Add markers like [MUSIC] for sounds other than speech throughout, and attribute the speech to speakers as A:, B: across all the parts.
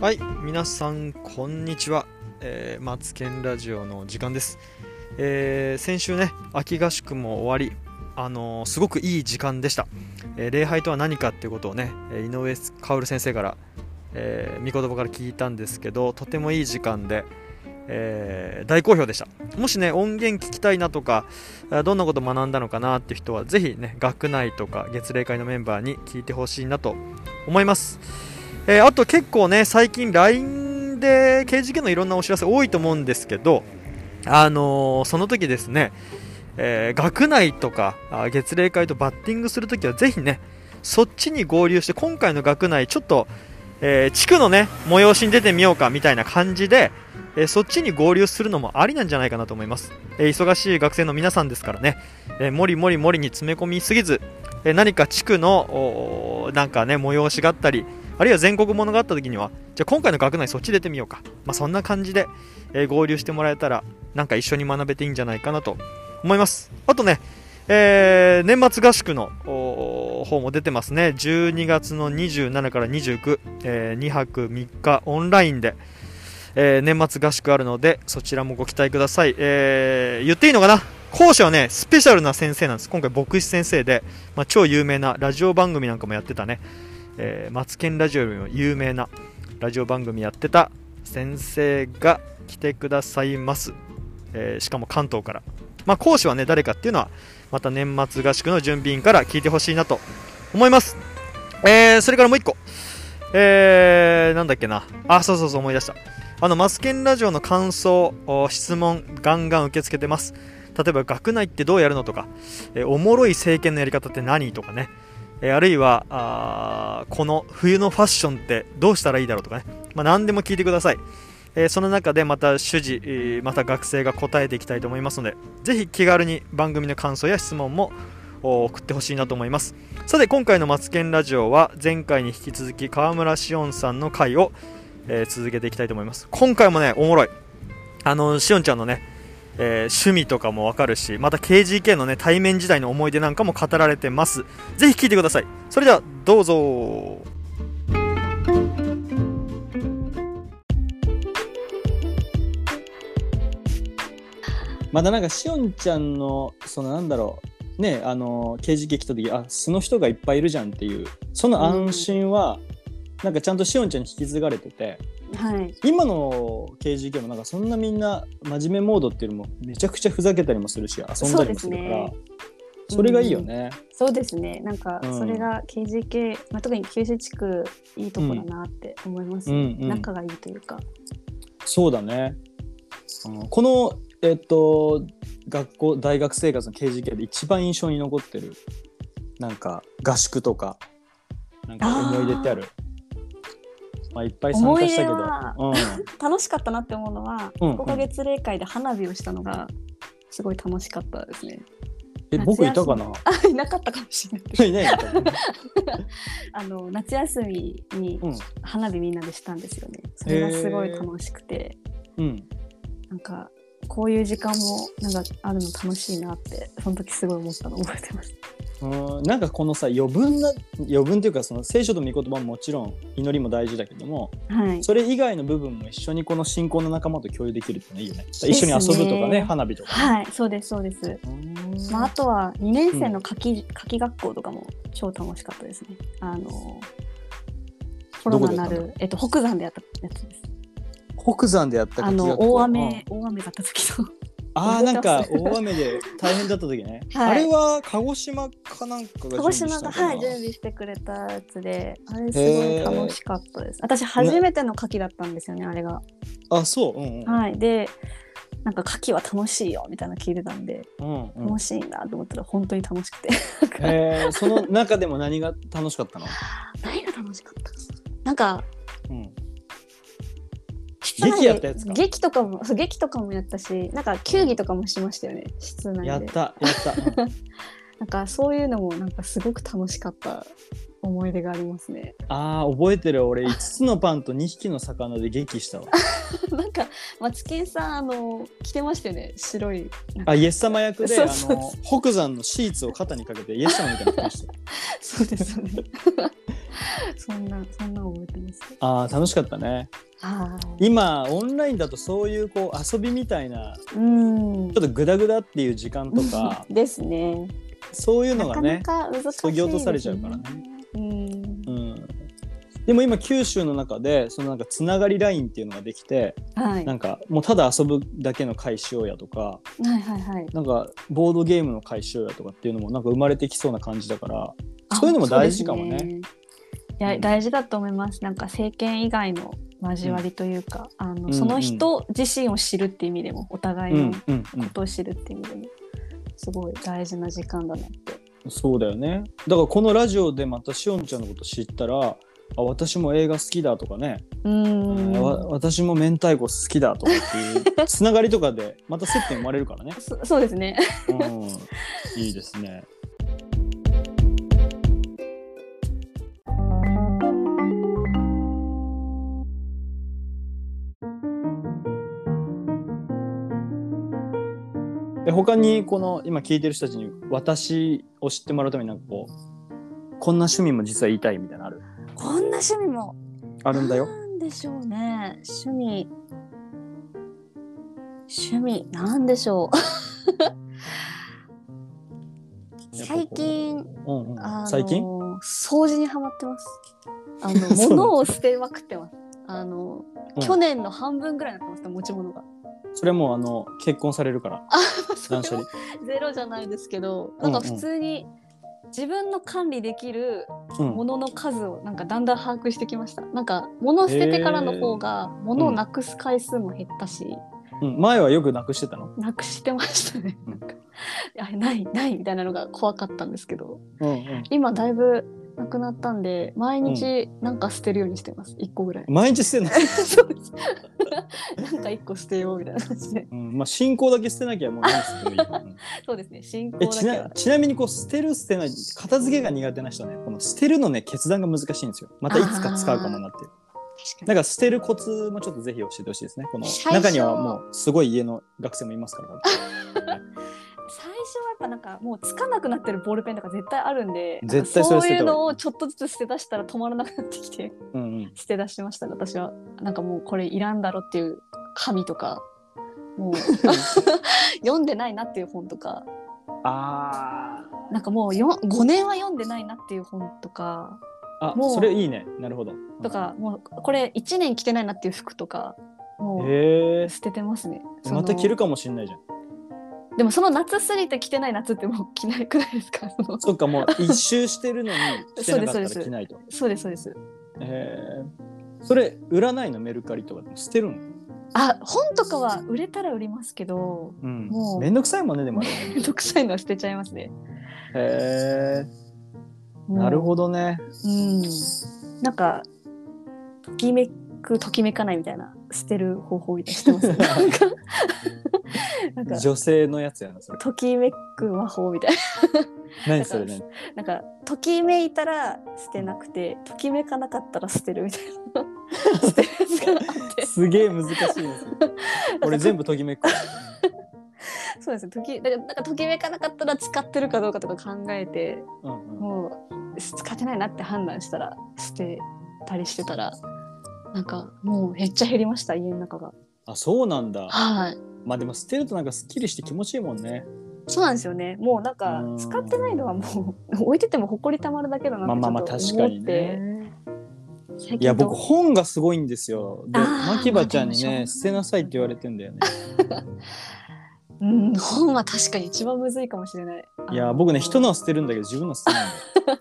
A: はい皆さんこんにちは、えー、マツケンラジオの時間です、えー先週ね秋合宿も終わりあのーすごくいい時間でした、えー礼拝とは何かっていうことをねえー井上薫先生から、えー、見言葉から聞いたんですけどとてもいい時間で、えー大好評でしたもしね音源聞きたいなとかあどんなこと学んだのかなって人はぜひね学内とか月例会のメンバーに聞いてほしいなと思いますえーあと結構ね最近 LINE で刑事件のいろんなお知らせ多いと思うんですけどあのーその時ですね、えー学内とかあ月例会とバッティングするときはぜひねそっちに合流して今回の学内ちょっと、えー地区のね催しに出てみようかみたいな感じで、えーそっちに合流するのもありなんじゃないかなと思います、えー忙しい学生の皆さんですからね、えー、もりもりもりに詰め込みすぎず、えー何か地区のおーなんかね催しがあったりあるいは全国ものがあった時には、じゃあ今回の学内そっち出てみようか。まあ、そんな感じで、えー合流してもらえたら、なんか一緒に学べていいんじゃないかなと思います。あとね、えー年末合宿のおー方も出てますね。12月の27から29、え2泊3日オンラインで、えー年末合宿あるので、そちらもご期待ください。えー言っていいのかな講師はね、スペシャルな先生なんです。今回牧師先生で、まあ、超有名なラジオ番組なんかもやってたね。えー、マツケンラジオよりも有名なラジオ番組やってた先生が来てくださいます、えーしかも関東から、まあ、講師はね誰かっていうのはまた年末合宿の準備員から聞いてほしいなと思います、えーそれからもう一個えー、なんだっけなあそうそうそう思い出したあのマツケンラジオの感想お質問ガンガン受け付けてます例えば学内ってどうやるのとか、えーおもろい政権のやり方って何とかねえーあるいはあーこの冬のファッションってどうしたらいいだろうとかね、まあ、何でも聞いてください、えーその中でまた主事、えーまた学生が答えていきたいと思いますのでぜひ気軽に番組の感想や質問もお送ってほしいなと思いますさて今回の「マツケンラジオ」は前回に引き続き川村しおんさんの回を、えー続けていきたいと思います今回もねおもろいあのしおんちゃんのねえー趣味とかもわかるしまた KGK のね対面時代の思い出なんかも語られてますぜひ聞いてくださいそれではどうぞ
B: まだなんかしおんちゃんのそのなんだろうねあの刑事劇来た時あ素の人がいっぱいいるじゃんっていうその安心は、なんかちゃんとしおんちゃんに引き継がれてて
C: はい。
B: 今の刑事劇もなんかそんなみんな真面目モードっていうよりもめちゃくちゃふざけたりもするし遊んだりもするからそ,、
C: そうで
B: れがいいよね。
C: そうですね。なんか
B: うん
C: それが KGK、まあ特に九州地区いいとこだなって思います、
B: うんうん
C: 仲がいいというか。
B: そうだね、うんこのえっと学校大学生活の刑事劇で一番印象に残ってるなんか合宿とかなんか思い出ってあるまあいっぱい参加したけど、う
C: 思
B: ん、
C: 楽しかったなって思うのは、
B: うん
C: 5ヶ月例会で花火をしたのがすごい楽しかったですね。 [LAUGHS]
B: え僕いたかな
C: あ、いなかったかもしれない。 [LAUGHS]
B: いないいた
C: あの夏休みに
B: うん
C: 花火みんなでしたんですよね。それがすごい楽しくて、
B: うん
C: なんか。こういう時間もなんかあるの楽しいなってその時すごい思ったの覚えてます。
B: うん、なんかこのさ余分な余分っていうかその聖書と御言葉ももちろん祈りも大事だけども
C: はい。
B: それ以外の部分も一緒にこの信仰の仲間と共有できるってのいいよね一緒に遊ぶとか
C: です
B: ね
C: ね
B: 花火とかね、
C: はい、そうですそうです。
B: うん
C: まあ、あとは2年生の夏季,、夏季学校とかも超楽しかったですね。あのコロナに
B: ど
C: な
B: こでやった
C: る、えっと、北山でやったやつです。
B: 北山でやった
C: あ
B: 柿
C: の
B: 学校
C: 大
B: うん
C: 雨、大雨だった時の。
B: ああ
C: 覚
B: な
C: え
B: ん
C: てま
B: か
C: す
B: 大雨で大変だった時ね、
C: [LAUGHS] はい
B: あれは鹿児島かなんかが
C: 鹿児島が、は
B: 準
C: い、準
B: 備
C: 備してくれたやつで、あれすごい楽しかったです。私、初めての夏季だったんですよね、あれが。
B: したあそううんうん、
C: はい、で、なんか夏季は楽しいよみたいなの聞いてたんで、
B: うんうん
C: 楽しいなと思ったら本当に楽しくて。
B: えーその中でも何が楽しかったの、
C: 何が楽しかったかななんか
B: うん、
C: 室内で
B: 劇やったやつか
C: 劇とかもそう劇とかもやったしなんか球技とかもしましたよね、室内で
B: やったやった
C: [LAUGHS]
B: うん
C: なんかそういうのもなんかすごく楽しかった思い出がありますね
B: あー覚えてる俺5つのパンと2匹の魚で劇したわ
C: [LAUGHS] なんかマツケンさんあの着てましたよね白 [LAUGHS] いなんか
B: あイエス様役で
C: そ
B: あ
C: うそうそう
B: の北山のシーツを肩にかけてイエス様みたいな感じで
C: そうですよね [LAUGHS] そんな、そんな覚えてます。
B: ああ楽しかったね
C: は
B: 今オンラインだとそういうこう遊びみたいなち
C: い。うん
B: ょっ。とグダグダっていう時間とか
C: [LAUGHS] ですね。
B: そういうの
C: な
B: が
C: か
B: ね
C: なか難しいですね。
B: そぎ落とされちゃうからね。
C: う
B: う
C: ん。
B: ん、でも今九州の中でそのなんかつながりラインっていうのができて
C: はい。
B: なんかもうただ遊ぶだけの会しようやとか
C: はいはいはい。
B: なんかボードゲームの会しようやとかっていうのもなんか生まれてきそうな感じだからそういうのも大事かもね
C: そうですいや、
B: うん
C: 大事だと思います。なんか政権以外の交わりというか、あ
B: うん
C: のその人自身を知るっていう意味でも、お互
B: う
C: いの
B: んうん
C: こ、とを知るっていう意味でも、すごい大事な時間だなって。
B: うん、そうだよねだからこのラジオでまたしおんちゃんのこと知ったらあ私も映画好きだとかね、
C: う
B: あわ
C: ん。
B: 私も明太子好きだとかっていうつながりとかでまた接点生まれるからね、
C: そそうですね。
B: うん、いいですねで他にこの今聞いてる人たちに私を知ってもらうためになんかこうこんな趣味も実は言いたいみたいなのある
C: [LAUGHS] こんな趣味も
B: あるんだよ。
C: なんでしょうね。趣味。趣味なんでしょう。
B: やっぱこう
C: 最近
B: うんうん
C: あの
B: 最近
C: 掃除にはまってます。あの
B: [LAUGHS] そう
C: 物を捨てまくってます。あの、
B: うん
C: 去年の半分ぐらいになってました持ち物が。
B: [LAUGHS] それはもうあの結婚されるから断捨離。
C: [LAUGHS] ゼロじゃないですけど、なんか普通に自分の管理できる
B: うん
C: ものの数をなんかだんだん把握してきました。なんか物を捨ててからの方が物をなくす回数も減ったし、
B: うん、前はよくなくしてたの、
C: なくしてましたね。
B: う
C: なんんかあれないないみたいなのが怖かったんですけど、
B: うんうん、
C: 今だいぶなくなったんで毎日なんか捨てるようにしてます。一個ぐらい。
B: 毎日捨てない、
C: [LAUGHS] そうです。なんか一個捨てようみたいな感じで。
B: うんまあ、進行だけ捨てなきゃもう何捨ててもいい、うん
C: そうですね。進行
B: [LAUGHS] え
C: だ
B: ち
C: け
B: な
C: は。
B: ちなみにこう捨てる捨てない片付けが苦手な人はねこの捨てるのね決断が難しいんですよまたいつか使うかもなっていう
C: 確か
B: だから捨てるコツもちょっとぜひ教えてほしいですねこの
C: 最初
B: 中にはもうすごい家の学生もいますから
C: に最初はやっぱなんかもうつかなくなってるボールペンとか絶対あるんで、
B: 絶対それ捨てた方がいい
C: なんかそういうのをちょっとずつ捨て出したら止まらなくなってきて
B: うんうん
C: 捨て出しましたね。私はなんかもうこれいらんだろっていう紙とか、もう [LAUGHS] 読んでないなっていう本とか、
B: あー
C: なんかもうよ5年は読んでないなっていう本とか。
B: あ
C: もう
B: それいいねなるほど
C: とか、もうこれ1年着てないなっていう服とかもう
B: へえ
C: 捨ててますね、その
B: また着るかもしんないじゃん
C: でもその夏過ぎて着てない夏ってもう着ないくらいですからその
B: そっかも
C: [LAUGHS]
B: う一周してるのに着てなかった
C: そうで
B: ら
C: すそうです
B: 着ないと
C: そうですそうです
B: えー、それ売らないのメルカリとかでも捨てるの、
C: あ本とかは売れたら売りますけど
B: うん
C: もう
B: めんどくさいもんねでもあれ
C: めんどくさいのは捨てちゃいますね
B: へえなる
C: ど
B: ほどね
C: うんなんかときめくときめかないみたいな捨てる方法みたいなしてます [LAUGHS] ねなんかなんか
B: 女性のやつやなそれ
C: ときめく魔法みたいな
B: 何それね
C: なんか、ときめいたら捨てなくて、ときめかなかったら捨てるみたいな。 [LAUGHS] 捨てるやつがあって。
B: すげえ難しいです
C: [LAUGHS]
B: 俺全部ときめくわ
C: そうですね。とき、だから、なんかときめかなかったら使ってるかどうかとか考えて、
B: うんうん
C: もう、使ってないなって判断したら、捨てたりしてたら、なんか、もうめっちゃ減りました、家の中が。
B: あそうなんだ
C: はい。
B: まあでも捨てるとなんかすっきりして気持ちいいもんね
C: そうなんですよね。もうなんか
B: うん、
C: 使ってないのはもう、置いてても埃たまるだけだなって
B: まあまあまあ
C: ちょ
B: 確
C: っと
B: か
C: 思
B: に
C: って。
B: ね
C: 最近
B: いや
C: どう
B: 僕本がすごいんですよで
C: あー
B: 牧場ちゃんに
C: まあで
B: ね
C: も
B: 捨てなさいって言われてんだよね
C: うん、本は確かに一番むずいかもしれない。
B: いや僕ね人
C: の
B: のは捨てるんだけど自分のは捨て
C: [LAUGHS]
B: ないんだよ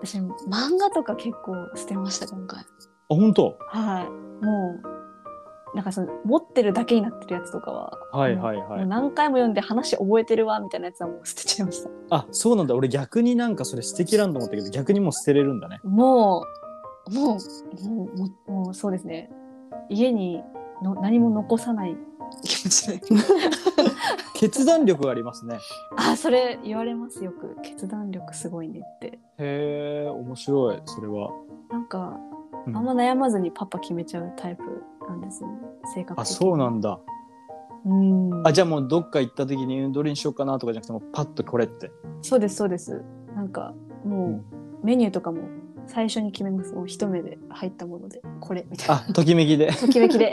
C: 私漫画とか結構捨てました今回
B: あ本当
C: はいもうなんかその持ってるだけになってるやつとかは
B: はいはいはい
C: もうもう何回も読んで話覚えてるわみたいなやつはもう捨てちゃいました
B: あそうなんだ俺逆になんかそれ捨てきらんと思ったけど逆にもう捨てれるんだね
C: もうもうもうもうもうそうですね家にの何も残さない気持ち
B: [LAUGHS]
C: で
B: 決断力がありますね
C: あそれ言われますよく決断力すごいねって
B: へえ面白いそれは
C: なんかあ
B: うん
C: んま悩まずにパッパ決めちゃうタイプなんですね性格
B: あ
C: 的に
B: そうなんだ
C: うん
B: あじゃあもうどっか行った時にどれにしようかなとかじゃなくてもうパッとこれって
C: そうですそうです。なんかもうメニューとかも最初に決めますもう一目で入ったものでこれみたい [LAUGHS]
B: あときめきで
C: なときめき
B: [LAUGHS]
C: で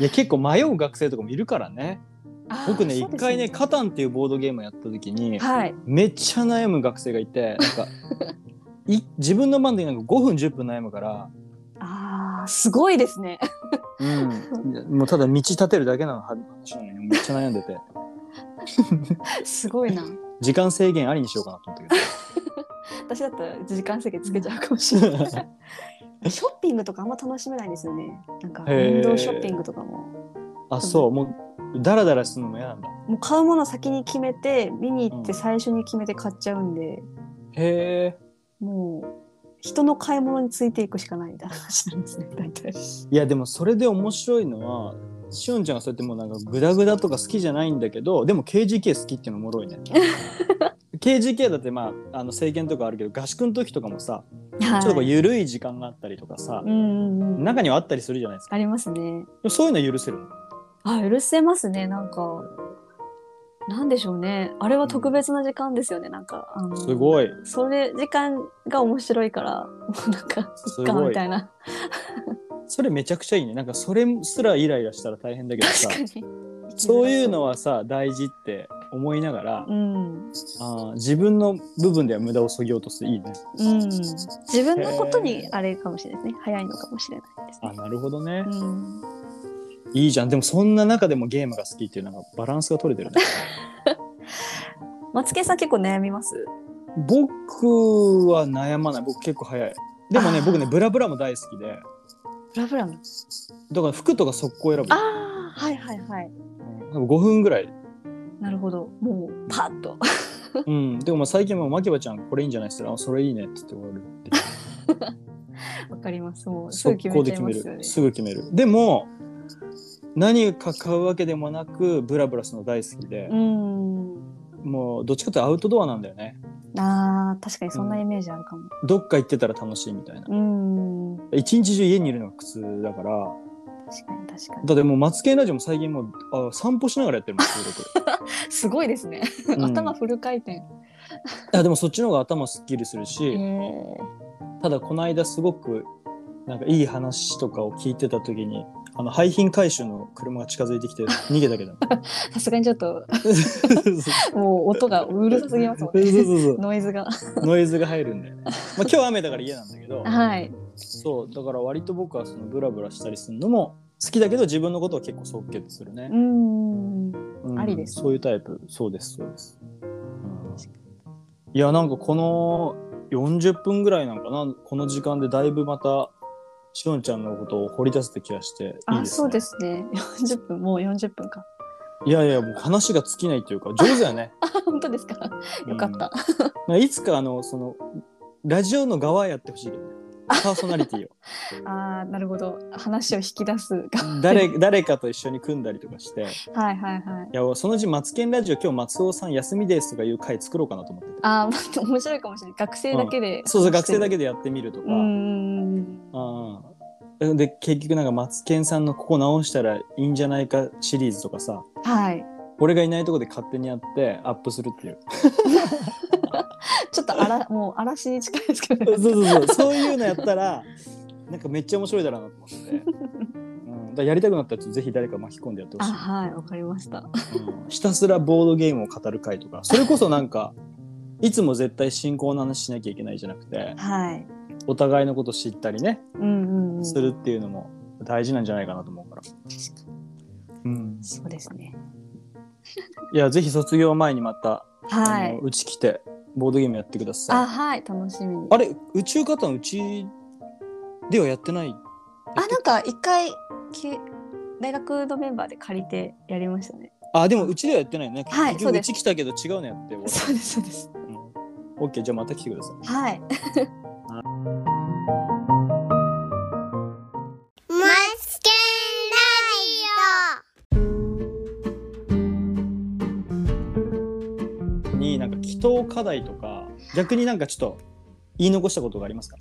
B: いや結構迷う学生とかもいるからね
C: あー
B: 僕ね
C: そう
B: 一
C: です
B: 回ね「カタン」っていうボードゲームやった時に、
C: はい
B: めっちゃ悩む学生がいてなんかい自分の番でなんか5分10分悩むから、
C: あーすごいです [LAUGHS] ね
B: うん、もうただ道立てるだけなの話なのにめっちゃ悩んでて
C: すごいな
B: 時間制限ありにしようかなと思ったけど
C: 私だったら時間制限つけちゃうかもしれない [LAUGHS] ショッピングとかあんま楽しめないんですよねなんか
B: へー
C: 運動ショッピングとかも
B: あそうもうダラダラするのも嫌なんだ
C: もう買うもの先に決めて見に行っ
B: う
C: て
B: ん
C: 最初に決めて買っちゃうんで、
B: へえ
C: もう人の買い物についていくしかないみたいな話なんですね大体
B: いやでもそれで面白いのはしおんちゃんはそうやってもうなんかグダグダとか好きじゃないんだけどでも KGK 好きっていうのおも
C: [LAUGHS]
B: ろいね KGK だってまああの制限とかあるけど合宿の時とかもさちょっとこう
C: はい
B: 緩い時間があったりとかさ、
C: うんうんうん
B: 中にはあったりするじゃないですか
C: ありますね
B: でもそういうのは許せるの
C: あ許せますねなんかなんでしょうねあれは特別な時間ですよねなんかあの
B: すごい
C: それ時間が面白いからもうなんかい
B: す
C: っか
B: ご
C: み
B: い
C: たいな
B: それめちゃくちゃいいねなんかそれすらイライラしたら大変だけどさ
C: 確かに
B: そういうのはさ大事って思いながら、
C: うん、
B: あー自分の部分では無駄をそぎ落とすいいね
C: うん、自分のことにあれかもしれないですね早いのかもしれないです
B: あ
C: ね、
B: なるほどね、
C: うん、
B: いいじゃんでもそんな中でもゲームが好きっていうなんかバランスが取れてるね [LAUGHS]
C: マツケンさん結構悩みます
B: 僕は悩まない僕結構早いでもね
C: あー
B: 僕ねブラブラも大好きで
C: ブラブラの
B: だから服とか速攻選ぶ
C: ああはいはいはい
B: うん5分ぐ
C: [LAUGHS]
B: らい
C: なるほどもうパッと
B: うんでもまあ最近もう牧場ちゃんこれいいんじゃないっすかあそれいいねって言って終わる
C: [LAUGHS]
B: っていう
C: わかりますもうすぐ
B: 速
C: 決
B: 攻
C: め
B: で決め
C: ちゃいますよ
B: る
C: ね
B: すぐ決めるでも何か買うわけでもなくブラブラするの大好きで
C: う、ん
B: もうどっちかというとアウトドアなんだよね
C: あー確かにそんなイメージあるかも
B: どっか行ってたら楽しいみたいな
C: うん
B: 一日中家にいるのが苦痛だから
C: 確かに確か
B: だってもうマツケンラジオも最近もうあ散歩しながらやってるもん収
C: にすごいですね、
B: 録、うん
C: [LAUGHS] 頭フル回転へ
B: あでもそっちの方が頭すっきりするし、
C: ー
B: ただこの間すごくなんかいい話とかを聞いてた時にあの廃品回収の車が近づいてき
C: [LAUGHS]
B: て逃げたけど
C: さすがにちょっと
B: そうそう
C: もう音がうるさすぎますもん
B: そう
C: ね
B: そう
C: ノイズが
B: ノイズが入るんで、まあ、今日は雨だから家なんだけど
C: はい
B: そうだから割と僕はそのブラブラしたりするのも好きだけど自分のことは結構即決するね
C: う、ん
B: うん
C: ありです
B: そういうタイプそうですそうです、うんいやなんかこの40分ぐらいなんかなこの時間でだいぶまたしおんちゃんのことを掘り出せた気がしていいです、ね、
C: あそうですね40分もう40分か [LAUGHS]
B: いやいやもう話が尽きないというか上手やね
C: あ本当ですかよかった、
B: うんいつかあのそのラジオの側やってほしいけどねパーソナリティを
C: あーなるほど話を引き出すが
B: 誰
C: [LAUGHS]
B: 誰かと一緒に組んだりとかして
C: はいはいはい
B: いやそのうち「マツケンラジオ今日松尾さん休みです」とかいう回作ろうかなと思ってて
C: あーまあ面白いかもしれない学生だけで、
B: そうそう学生だ
C: け
B: けでやってみるとか、
C: うん
B: ああで結局なんかマツケンさんのここ直したらいいんじゃないかシリーズとかさ
C: はい
B: 俺がいないとこで勝手にやってアップするっていう
C: ちょっ
B: [LAUGHS]
C: とあらもう嵐に近いですけど
B: そう
C: ね
B: そう [LAUGHS] そうそういうのやったらなんかめっちゃ面白いだろうなと思って、うん、だからやりたくなったらちょっとぜひ誰か巻き込んでやってほ
C: あ
B: し
C: はいわかりました
B: い、うんひたすらボードゲームを語る回とかそれこそなんかいつも絶対進行の話しなきゃいけないじゃなくて
C: はい
B: お互いのこと知ったりね
C: うんうん、うん、
B: するっていうのも大事なんじゃないかなと思うから。うん、
C: そうですね
B: いやぜひ卒業前にまた
C: は
B: あの
C: いう
B: ち来てボードゲームやってください
C: あ
B: あ
C: はい楽しみに
B: れ宇宙カタンうちではやってない
C: あなんか一回け大学のメンバーで借りてやりましたね
B: あでもうちではやってないね、
C: はい
B: 結局
C: そう
B: う
C: です
B: ち来たけど違うのやって終わ
C: そうですそうです
B: るうん OK じゃあまた来てください
C: はい
D: マツケン
B: になんか祈祷課題とか逆になんかちょっと言い残したことがあります
C: [LAUGHS]
B: か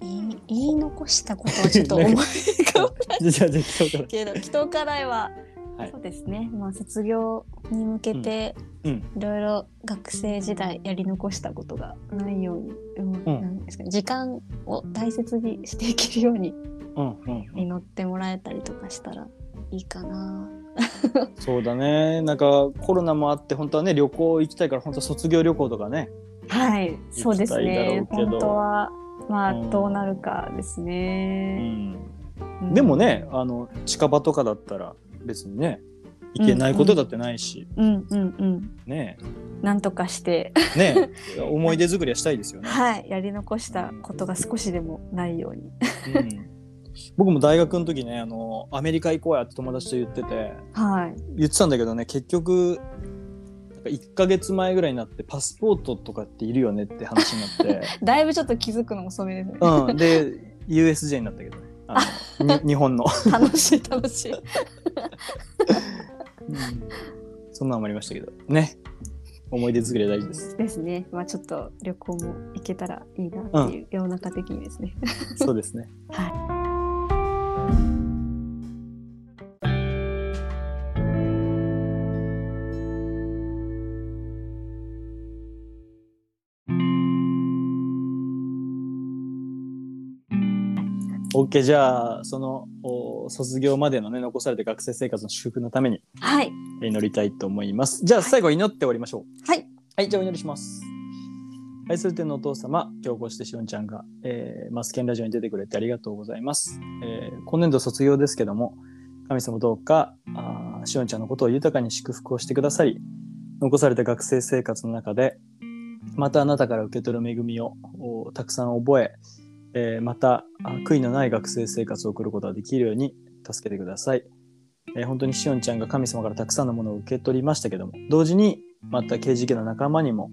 C: 言い言い残したことはちょっと思い浮かばない
B: じゃあじゃあ祈祷課題
C: けど祈祷課題
B: は
C: は、
B: い
C: そうですねまあ卒業に向けて、
B: うんうん
C: いろいろ学生時代やり残したことがないように、うん
B: うん
C: なんですかね時間を大切にしていけるように
B: うんうん
C: 祈ってもらえたりとかしたらいいかな。
B: そうだねなんかコロナもあって本当はね旅行行きたいから本当は卒業旅行とかね
C: はい、そうですね
B: 行。きたいだろうけど
C: 本当はまあ
B: うん
C: どうなるかですね。うん
B: でも、ねあの近場とかだったら別にね行けないことだってないし、
C: うんうんうん、
B: ね
C: なんと
B: [LAUGHS]
C: かして、
B: ね思い出作りはしたいですよね、
C: はい、やり残したことが少しでもないように。
B: うん僕も大学の時ねあのアメリカ行こうやって友達と言ってて
C: はい、
B: 言ってたんだけどね結局なんか1ヶ月前ぐらいになってパスポートとかっているよねって話になって、
C: だいぶちょっと気づくの遅めですね。
B: うん、で USJ になったけどねあのに日本の、
C: 楽しい楽しい。
B: そんなのもありましたけどね思い出作りは大事です
C: ですね。まあちょっと旅行も行けたらいいなっていう、世の中的にですね。
B: そうですねオッケーじゃあそのお卒業までのね残された学生生活の祝福のために
C: はい
B: 祈りたいと思いますじゃあ最後祈って終わりましょう
C: はい
B: はいじゃあお祈りします愛する天のお父様今日こうしてしおんちゃんが、えーマスケンラジオに出てくれてありがとうございます、えー今年度卒業ですけども神様どうかあーしおんちゃんのことを豊かに祝福をしてくださり残された学生生活の中でまたあなたから受け取る恵みをおたくさん覚ええーまたあ悔いのない学生生活を送ることができるように助けてください、えー本当にしおんちゃんが神様からたくさんのものを受け取りましたけども同時にまた KGK の仲間にも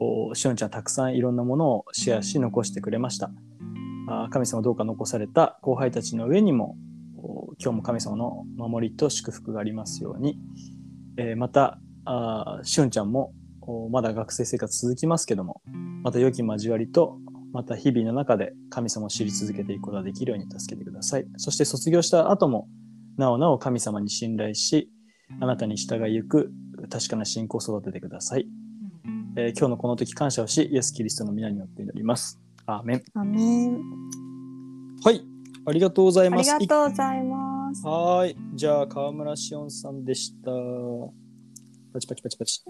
B: おしおんちゃんたくさんいろんなものをシェアし残してくれましたあー神様どうか残された後輩たちの上にもお今日も神様の守りと祝福がありますように、えーまたあーしおんちゃんもおまだ学生生活続きますけどもまた良き交わりとまた日々の中で神様を知り続けていくことができるように助けてくださいそして卒業した後もなおなお神様に信頼しあなたに従いゆく確かな信仰を育ててください、えー今日のこの時感謝をしイエス・キリストの皆によって祈りますアーメン
C: アメン。
B: はいありがとうござい
C: あ
B: ま
C: り
B: す
C: がとうございます。
B: はーいじゃあ川村しおんさんでしたパチパチパチパチ